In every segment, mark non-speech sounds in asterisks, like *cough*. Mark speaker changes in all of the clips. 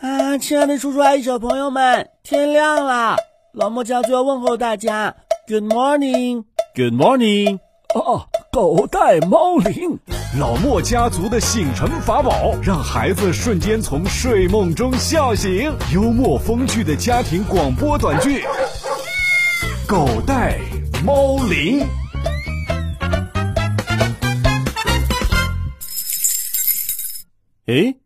Speaker 1: 啊亲爱的叔叔阿姨、小朋友们，天亮啦！老莫家族要问候大家，Good morning，Good
Speaker 2: morning。
Speaker 3: 哦，狗带猫铃，
Speaker 2: 老莫家族的醒神法宝，让孩子瞬间从睡梦中笑醒。幽默风趣的家庭广播短剧，《狗带猫铃》。
Speaker 1: 诶，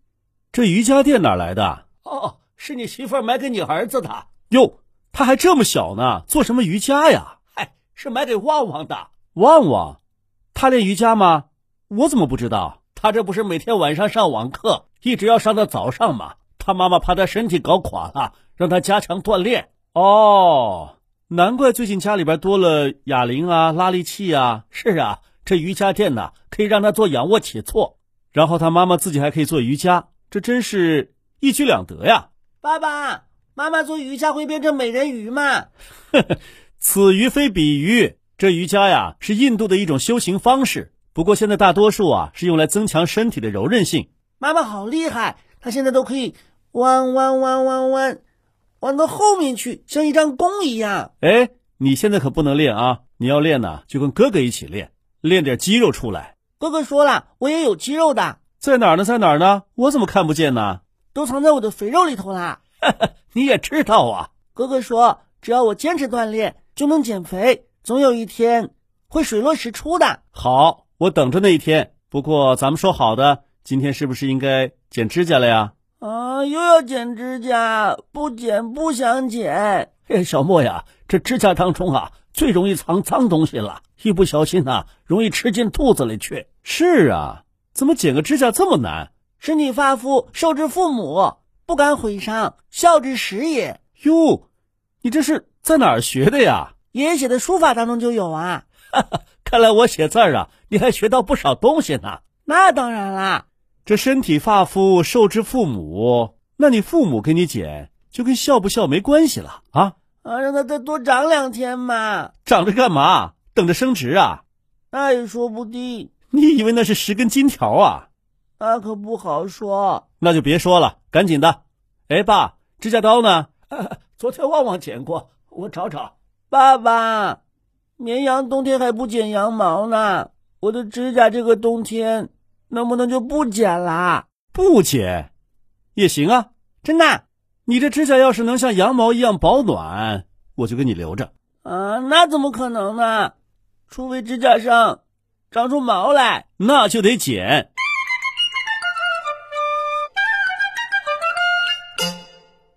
Speaker 1: 这瑜伽垫哪来的？啊
Speaker 3: 哦，是你媳妇儿买给你儿子的。
Speaker 1: 哟，他还这么小呢，做什么瑜伽呀？
Speaker 3: 嗨，是买给旺旺的。
Speaker 1: 旺旺，他练瑜伽吗？我怎么不知道？
Speaker 3: 他这不是每天晚上上网课，一直要上到早上吗？他妈妈怕他身体搞垮了，让他加强锻炼。
Speaker 1: 哦，难怪最近家里边多了哑铃啊、拉力器啊。
Speaker 3: 是啊，这瑜伽垫呢、啊，可以让他做仰卧起坐，
Speaker 1: 然后他妈妈自己还可以做瑜伽，这真是一举两得呀！
Speaker 4: 爸爸妈妈做瑜伽会变成美人鱼吗？
Speaker 1: *laughs* 此鱼非彼鱼。这瑜伽呀是印度的一种修行方式，不过现在大多数啊是用来增强身体的柔韧性。
Speaker 4: 妈妈好厉害，她现在都可以弯弯弯弯弯，弯到后面去，像一张弓一样。
Speaker 1: 哎，你现在可不能练啊！你要练呢、啊，就跟哥哥一起练，练点肌肉出来。
Speaker 4: 哥哥说了，我也有肌肉的，
Speaker 1: 在哪儿呢？在哪儿呢？我怎么看不见呢？
Speaker 4: 都藏在我的肥肉里头啦。
Speaker 3: 你也知道啊，
Speaker 4: 哥哥说，只要我坚持锻炼，就能减肥。总有一天会水落石出的。
Speaker 1: 好，我等着那一天。不过咱们说好的，今天是不是应该剪指甲了呀？
Speaker 4: 啊，又要剪指甲，不剪不想剪。
Speaker 3: 哎，小莫呀，这指甲当中啊，最容易藏脏东西了，一不小心啊，容易吃进肚子里去。
Speaker 1: 是啊，怎么剪个指甲这么难？
Speaker 4: 身体发肤，受之父母，不敢毁伤，孝之始也。
Speaker 1: 哟，你这是在哪儿学的呀？
Speaker 4: 爷爷写的书法当中就有啊，
Speaker 3: 看来我写字儿啊，你还学到不少东西呢。
Speaker 4: 那当然啦，
Speaker 1: 这身体发肤受之父母，那你父母给你剪，就跟孝不孝没关系了啊。
Speaker 4: 啊，让他再多长两天嘛。
Speaker 1: 长着干嘛？等着升职啊？
Speaker 4: 那也说不定。
Speaker 1: 你以为那是十根金条啊？
Speaker 4: 那可不好说。
Speaker 1: 那就别说了，赶紧的。哎，爸，指甲刀呢？
Speaker 4: *laughs*
Speaker 3: 啊、昨天旺旺捡过，我找找。
Speaker 4: 爸爸，绵羊冬天还不剪羊毛呢。我的指甲这个冬天能不能就不剪啦？
Speaker 1: 不剪也行啊，
Speaker 4: 真的。
Speaker 1: 你这指甲要是能像羊毛一样保暖，我就给你留着。
Speaker 4: 啊，那怎么可能呢？除非指甲上长出毛来，
Speaker 1: 那就得剪。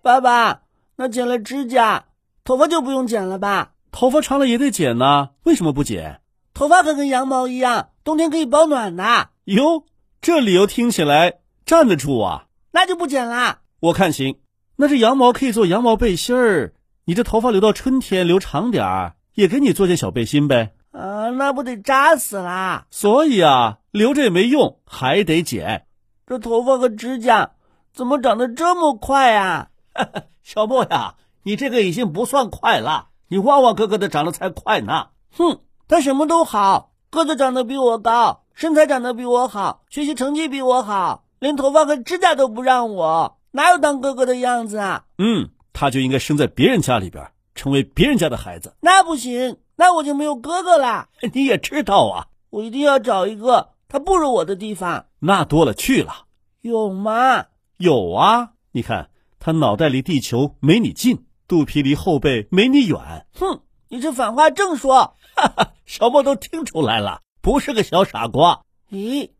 Speaker 4: 爸爸，那剪了指甲。头发就不用剪了吧？
Speaker 1: 头发长了也得剪呐、啊，为什么不剪？
Speaker 4: 头发可跟羊毛一样，冬天可以保暖的。
Speaker 1: 哟，这理由听起来站得住啊！
Speaker 4: 那就不剪啦。
Speaker 1: 我看行。那这羊毛可以做羊毛背心儿，你这头发留到春天留长点儿，也给你做件小背心呗。
Speaker 4: 啊、呃，那不得扎死啦！
Speaker 1: 所以啊，留着也没用，还得剪。
Speaker 4: 这头发和指甲怎么长得这么快啊？
Speaker 3: 小莫呀。你这个已经不算快了，你旺旺哥哥的长得才快呢。
Speaker 4: 哼，他什么都好，个子长得比我高，身材长得比我好，学习成绩比我好，连头发和指甲都不让我，哪有当哥哥的样子啊？
Speaker 1: 嗯，他就应该生在别人家里边，成为别人家的孩子。
Speaker 4: 那不行，那我就没有哥哥
Speaker 1: *laughs*
Speaker 4: 啦。
Speaker 3: 你也知道啊，
Speaker 4: 我一定要找一个他不如我的地方。
Speaker 1: 那多了去了，
Speaker 4: 有吗？
Speaker 1: 有啊，你看他脑袋离地球没你近。肚皮离后背没你远，
Speaker 4: 哼！你这反话正说，
Speaker 3: 哈哈，小莫都听出来了，不是个小傻瓜。
Speaker 4: 咦，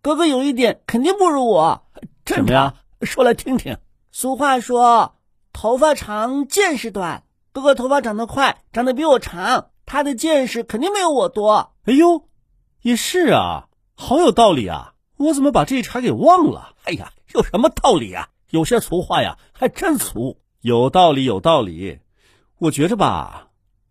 Speaker 4: 哥哥有一点肯定不如我，
Speaker 3: 什么呀？说来听听。
Speaker 4: 俗话说，头发长见识短。哥哥头发长得快，长得比我长，他的见识肯定没有我多。
Speaker 1: 哎呦，也是啊，好有道理啊！我怎么把这一茬给忘了？
Speaker 3: 哎呀，有什么道理啊？有些俗话呀，还真俗。
Speaker 1: 有道理，有道理。我觉着吧，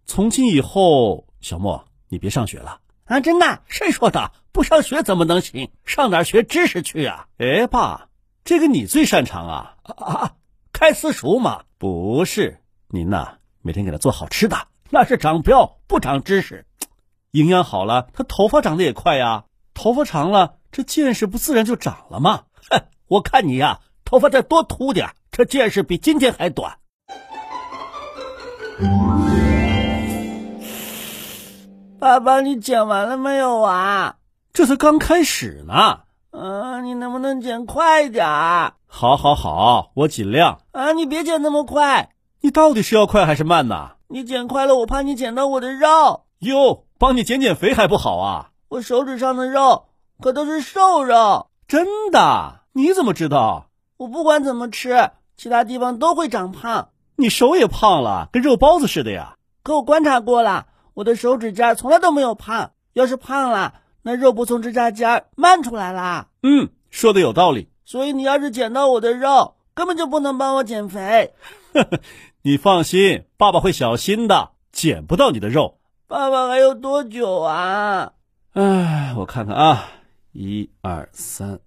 Speaker 1: 从今以后，小莫，你别上学了
Speaker 4: 啊！真的？
Speaker 3: 谁说的？不上学怎么能行？上哪儿学知识去啊？
Speaker 1: 哎，爸，这个你最擅长啊！
Speaker 3: 啊，开私塾嘛？
Speaker 1: 不是，您呐，每天给他做好吃的，
Speaker 3: 那是长膘不长知识。
Speaker 1: 营养好了，他头发长得也快呀。头发 *laughs* 长了，这见识不自然就长了吗？
Speaker 3: 哼，我看你呀、啊，头发再多秃点。
Speaker 5: 这见识比今天还短。
Speaker 1: 爸爸，你剪完了没有啊？
Speaker 5: 这才刚开始呢。
Speaker 1: 啊，你能不能剪快点儿？
Speaker 5: 好，好，好，我尽量。
Speaker 1: 啊，你别剪那么快，
Speaker 5: 你到底是要快还是慢呢？
Speaker 1: 你剪快了，我怕你剪到我的肉。
Speaker 5: 哟，帮你减减肥还不好啊？
Speaker 1: 我手指上的肉可都是瘦肉，
Speaker 5: 真的？你怎么知道？
Speaker 1: 我不管怎么吃，其他地方都会长胖。
Speaker 5: 你手也胖了，跟肉包子似的呀。
Speaker 1: 可我观察过了，我的手指尖从来都没有胖。要是胖了，那肉不从指甲尖漫出来啦。
Speaker 5: 嗯，说的有道理。
Speaker 1: 所以你要是捡到我的肉，根本就不能帮我减肥。
Speaker 5: 你放心，爸爸会小心的，捡不到你的肉。
Speaker 1: 爸爸还有多久啊？
Speaker 5: 唉，我看看啊，一二三，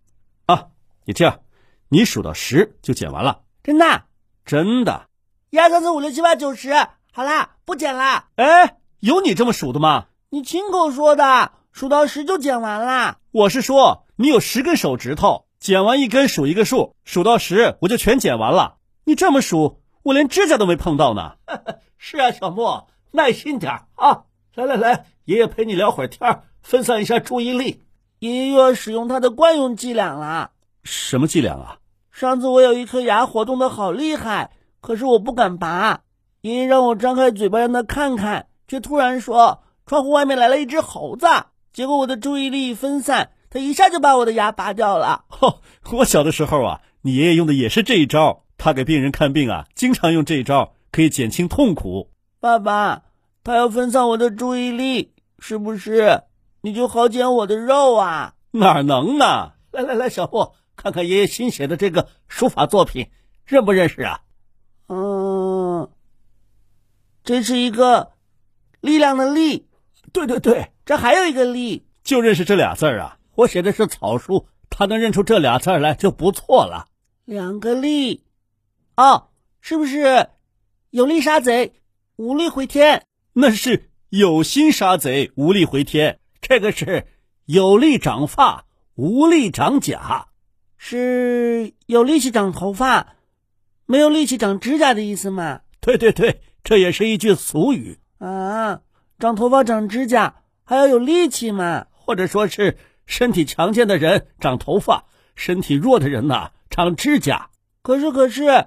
Speaker 5: 啊，你这样，你数到十就捡完了。
Speaker 1: 真的？啊
Speaker 5: 真的。
Speaker 1: 一二三四五六七八九十，好啦，不捡啦。
Speaker 5: 哎，有你这么数的吗？
Speaker 1: 你亲口说的。数到十就剪完啦！
Speaker 5: 我是说，你有十根手指头，剪完一根数一个数，数到十我就全剪完了。你这么数，我连指甲都没碰
Speaker 1: *laughs*
Speaker 5: 到呢。
Speaker 6: 是啊，小莫，耐心点啊！来来来，爷爷陪你聊会儿天，分散一下注意力。
Speaker 1: 爷爷又要使用他的惯用伎俩啦！
Speaker 5: 什么伎俩啊？
Speaker 1: 上次我有一颗牙活动的好厉害，可是我不敢拔。爷爷让我张开嘴巴让他看看，却突然说窗户外面来了一只猴子。结果我的注意力一分散，他一下就把我的牙拔掉了。
Speaker 5: *laughs* 哦，我小的时候啊，你爷爷用的也是这一招。他给病人看病啊，经常用这一招，可以减轻痛苦。
Speaker 1: 爸爸，他要分散我的注意力，是不是？你就好捡我的肉啊？
Speaker 5: 哪能呢？
Speaker 6: 来来来，小莫，看看爷爷新写的这个书法作品，认不认识啊？
Speaker 1: 嗯，这是一个力量的力。
Speaker 6: 对对对。
Speaker 1: 这还有一个力，
Speaker 5: 就认识这俩字儿啊！
Speaker 6: 我写的是草书，他能认出这俩字来就不错了。
Speaker 1: 两个力，哦，是不是有力杀贼，无力回天？
Speaker 5: 那是有心杀贼，无力回天。
Speaker 6: 这个是有力长发，无力长甲，
Speaker 1: 是有力气长头发，没有力气长指甲的意思嘛？
Speaker 6: 对对对，这也是一句俗语
Speaker 1: 啊！长头发、长指甲。还要有力气嘛，
Speaker 6: 或者说是身体强健的人长头发，身体弱的人呐、啊、长指甲。
Speaker 1: 可是可是，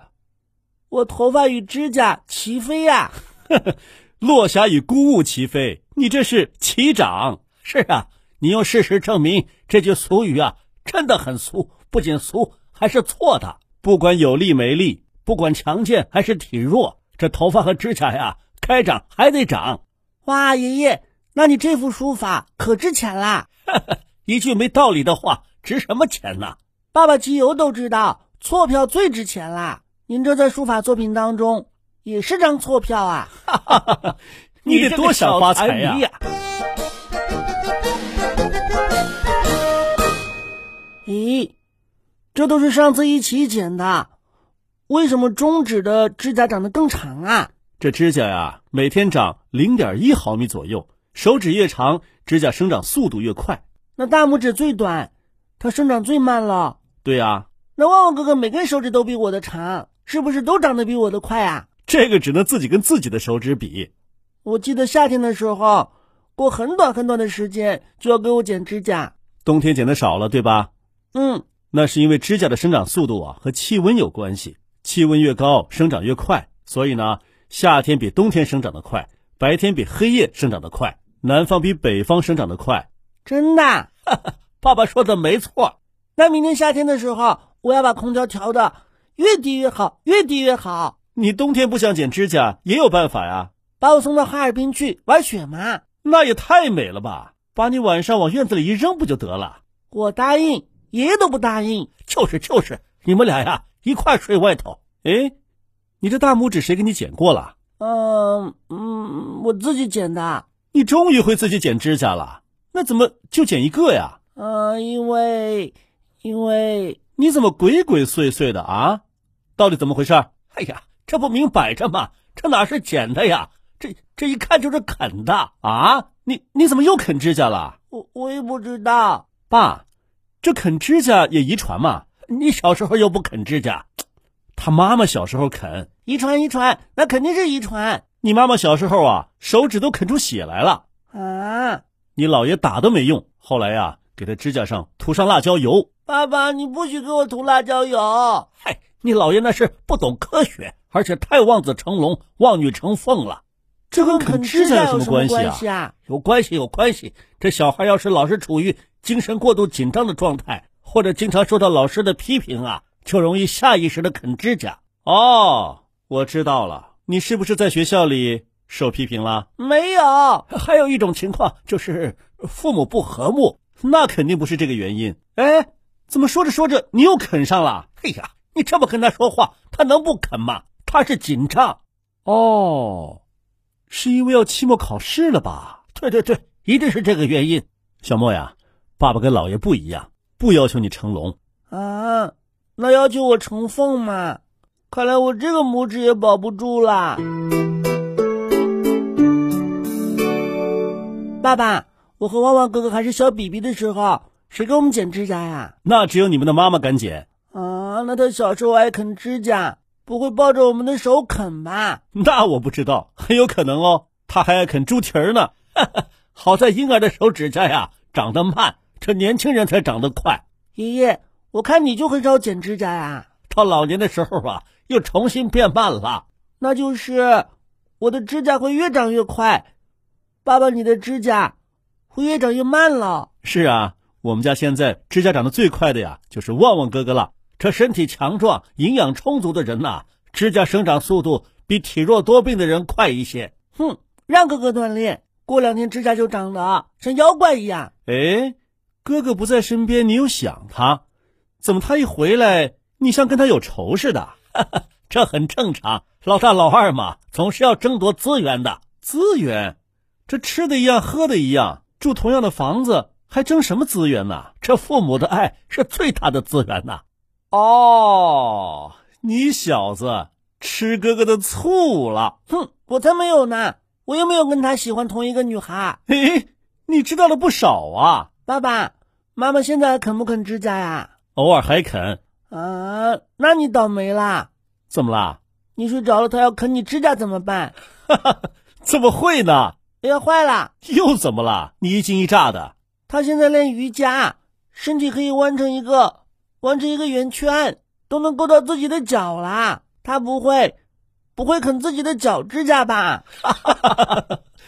Speaker 1: 我头发与指甲齐飞
Speaker 6: *laughs*
Speaker 1: 呀、
Speaker 5: 啊，落霞与孤鹜齐飞，你这是齐长。
Speaker 6: 是啊，你用事实证明这句俗语啊真的很俗，不仅俗还是错的。
Speaker 5: 不管有力没力，
Speaker 6: 不管强健还是体弱，这头发和指甲呀、啊，该长还得长。
Speaker 1: 哇，爷爷。那你这幅书法可值钱啦！
Speaker 6: 一句没道理的话，值什么钱呢？
Speaker 1: 爸爸集邮都知道，错票最值钱啦。您这在书法作品当中也是张错票
Speaker 5: *laughs*
Speaker 1: 啊！
Speaker 5: 你得多想发财呀、啊！
Speaker 1: 咦，这都是上次一起剪的，为什么中指的指甲长得更长啊？
Speaker 5: 这指甲呀、啊，每天长零点一毫米左右。手指越长，指甲生长速度越快。
Speaker 1: 那大拇指最短，它生长最慢了。
Speaker 5: 对呀、啊，
Speaker 1: 那旺旺哥哥每根手指都比我的长，是不是都长得比我的快啊？
Speaker 5: 这个只能自己跟自己的手指比。
Speaker 1: 我记得夏天的时候，过很短很短的时间就要给我剪指甲。
Speaker 5: 冬天剪的少了，对吧？
Speaker 1: 嗯，
Speaker 5: 那是因为指甲的生长速度啊和气温有关系，气温越高生长越快，所以呢，夏天比冬天生长得快，白天比黑夜生长得快。南方比北方生长得快，
Speaker 1: 真
Speaker 5: *laughs*
Speaker 1: 的，啊
Speaker 6: 爸爸说的没错。
Speaker 1: 那明年夏天的时候，啊我要把空调调的越低越好，越低越好。
Speaker 5: 你冬天不想剪指甲也有办法呀，
Speaker 1: 把我送到哈尔滨去玩雪嘛，
Speaker 5: 那也太美了吧！把你晚上往院子里一扔不就得了？
Speaker 1: 我答应，爷爷都不答应。
Speaker 6: 就是就是，你们俩呀一块睡外头。
Speaker 5: 哎，你这大拇指谁给你剪过了？
Speaker 1: 嗯嗯，我自己剪的。
Speaker 5: 你终于会自己剪指甲了，那怎么就剪一个呀？
Speaker 1: 呃，因为，因为
Speaker 5: 你怎么鬼鬼祟祟的啊？到底怎么回事？
Speaker 6: 哎呀，这不明摆着吗？这哪是剪的呀？这这一看就是啃的
Speaker 5: 啊！你你怎么又啃指甲了？
Speaker 1: 我我也不知道，
Speaker 5: 爸，这啃指甲也遗传吗？
Speaker 6: 你小时候又不啃指甲，
Speaker 5: 他妈妈小时候啃，
Speaker 1: 遗传，遗传，那肯定是遗传
Speaker 5: 你妈妈小时候啊，手指都啃出血来了，
Speaker 1: 啊！
Speaker 5: 你姥爷打都没用。后来呀、给他指甲上涂上辣椒油。
Speaker 1: 爸爸，你不许给我涂辣椒油！
Speaker 5: 嗨，你姥爷那是不懂科学，而且太望子成龙、望女成凤了。这跟啃指甲
Speaker 1: 有
Speaker 5: 有什么
Speaker 1: 关
Speaker 5: 关系啊？
Speaker 1: 啊？
Speaker 5: 有关系，有关系。这小孩要是老是处于精神过度紧张的状态，或者经常受到老师的批评啊，就容易下意识的啃指甲。哦，我知道了，你是不是在学校里受批评了？
Speaker 1: 没有，
Speaker 5: 还有一 *laughs* 种情况就是呃父母不和睦，那肯定不是这个原因。哎，怎么说着说着你又啃上了？哎呀，你这么跟他说话，他能不啃吗？他是紧张。哦，是因为要期末考试了吧？对对对，一定是这个原因。小莫呀，爸爸跟姥爷不一样，不要求你成龙。
Speaker 1: 啊，那要求我成凤嘛？看来我这个拇指也保不住啦。爸爸，我和旺旺哥哥还是小 BB 的时候，谁给我们剪指甲呀？
Speaker 5: 那只有你们的妈妈敢剪，
Speaker 1: 啊，那他小时候爱啃指甲，不会抱着我们的手啃吧？
Speaker 5: 那我不知道，很有可能哦。他还爱啃猪蹄儿呢。 *laughs* 好在婴儿的手指甲呀长得慢，这年轻人才长得快。
Speaker 1: 爷爷，我看你就很少剪指甲呀。
Speaker 5: 到老年的时候啊，又重新变慢了。
Speaker 1: 那就是我的指甲会越长越快，爸爸，你的指甲会越长越慢了。
Speaker 5: 是啊，我们家现在指甲长得最快的呀，就是旺旺哥哥了。这身体强壮、营养充足的人呐、指甲生长速度比体弱多病的人快一些。
Speaker 1: 哼，让哥哥锻炼，过两天指甲就长了，像妖怪一样。
Speaker 5: 哎，哥哥不在身边，你又想他，怎么他一回来，你像跟他有仇似的？ *laughs* 这很正常，老大老二嘛，总是要争夺资源的。资源，这吃的一样，喝的一样，住同样的房子，还争什么资源呢？这父母的爱是最大的资源呐。哦，你小子吃哥哥的醋了。
Speaker 1: 哼，我才没有呢，我又没有跟他喜欢同一个女孩。
Speaker 5: 哎，你知道了不少啊，
Speaker 1: 爸爸妈妈现在还啃不啃指甲呀？
Speaker 5: 偶尔还啃，
Speaker 1: 啊，那你倒霉啦！
Speaker 5: 怎么啦？
Speaker 1: 你睡着了，他要啃你指甲怎么办？
Speaker 5: *laughs* 怎么会呢？
Speaker 1: 哎呀，坏了，
Speaker 5: *laughs* 又怎么了？你一惊一乍的，
Speaker 1: 他现在练瑜伽，身体可以弯成一个弯成一个圆圈，都能够到自己的脚啦。他不会不会啃自己的脚指甲吧？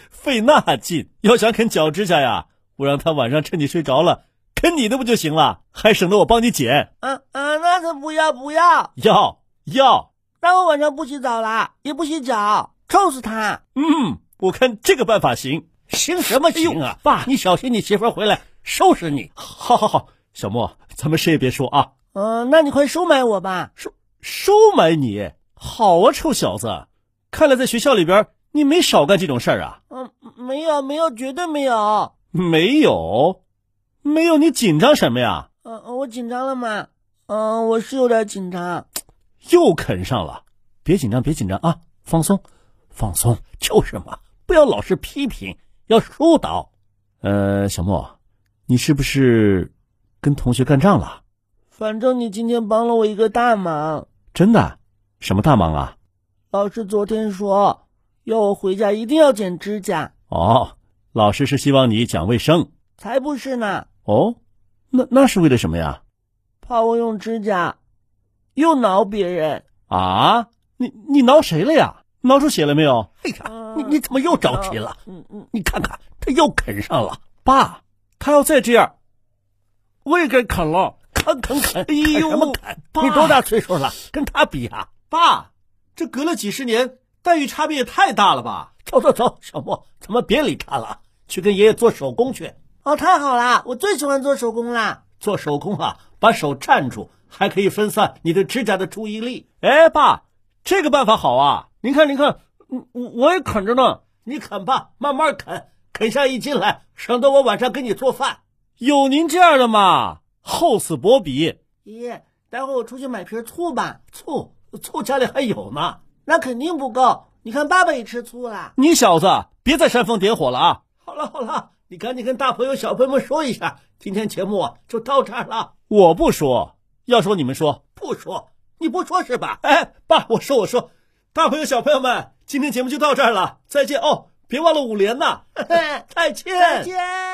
Speaker 5: 费那劲！要想啃脚指甲呀，我让他晚上趁你睡着了啃你的不就行了？还省得我帮你剪。
Speaker 1: 啊啊，那他不要不要！
Speaker 5: 要要，
Speaker 1: 那我晚上不洗澡啦，也不洗脚，臭死他！
Speaker 5: 嗯，我看这个办法行。
Speaker 1: 行啊什么
Speaker 5: 哎呦？爸，你小心你媳妇儿回来收拾你。好好好，小莫，咱们谁也别说啊。
Speaker 1: 嗯、那你快收买我吧。
Speaker 5: 收收买你，好啊，臭小子！看来在学校里边你没少干这种事儿啊。
Speaker 1: 嗯、没有没有，绝对没有。
Speaker 5: 没有，没有，你紧张什么呀？
Speaker 1: 嗯、我紧张了吗？嗯、我是有点紧张。
Speaker 5: 又啃上了。别紧张，别紧张啊，放松，放松，就是嘛，不要老是批评，要疏导。呃，小莫，你是不是跟同学干仗了？
Speaker 1: 反正你今天帮了我一个大忙。
Speaker 5: 真的？什么大忙啊？
Speaker 1: 老师昨天说要我回家一定要剪指甲，
Speaker 5: 哦，老师是希望你讲卫生
Speaker 1: 才不是呢，
Speaker 5: 哦，那那是为了什么呀？
Speaker 1: 怕我用指甲又挠别人。
Speaker 5: 啊，你你挠谁了呀？挠出血了没有？哎呀
Speaker 1: 嗯
Speaker 5: 你你怎么又着急了？
Speaker 1: 嗯嗯，
Speaker 5: 你看看，他又啃上了。爸，他要再这样，我也该啃了。啃啃啃，哎
Speaker 1: 啃什么
Speaker 5: 啃？
Speaker 1: 你多大
Speaker 5: 岁数了？跟他比啊？爸，这隔了几十年，待遇差别也太大了吧？走走走，小莫，咱们别理他了，去跟爷爷做手工去。
Speaker 1: 哦，太好啦，我最喜欢做手工啦。
Speaker 5: 做手工啊，把手站住，还可以分散你对指甲的注意力。哎，爸，这个办法好啊！您看，您看，我我也啃着呢。你啃吧，慢慢啃，啃下一斤来，省得我晚上给你做饭。有您这样的嘛，厚此薄彼。
Speaker 1: 爷爷，待会儿我出去买瓶醋吧，
Speaker 5: 醋醋家里还有呢。
Speaker 1: 那肯定不够。你看爸爸也吃醋啦。
Speaker 5: 你小子别再煽风点火了啊！好了好了，你赶紧跟大朋友小朋友们说一下，今天节目啊就到这儿了。我不说，要说你们说，不说你
Speaker 1: 不说是吧？哎，爸，我说我说，大朋友小朋友
Speaker 5: *laughs*
Speaker 1: 们，今天节目就到这儿了，再见哦！别忘了五连呐， *laughs*
Speaker 7: 嘿嘿
Speaker 1: 再见，
Speaker 7: 再见。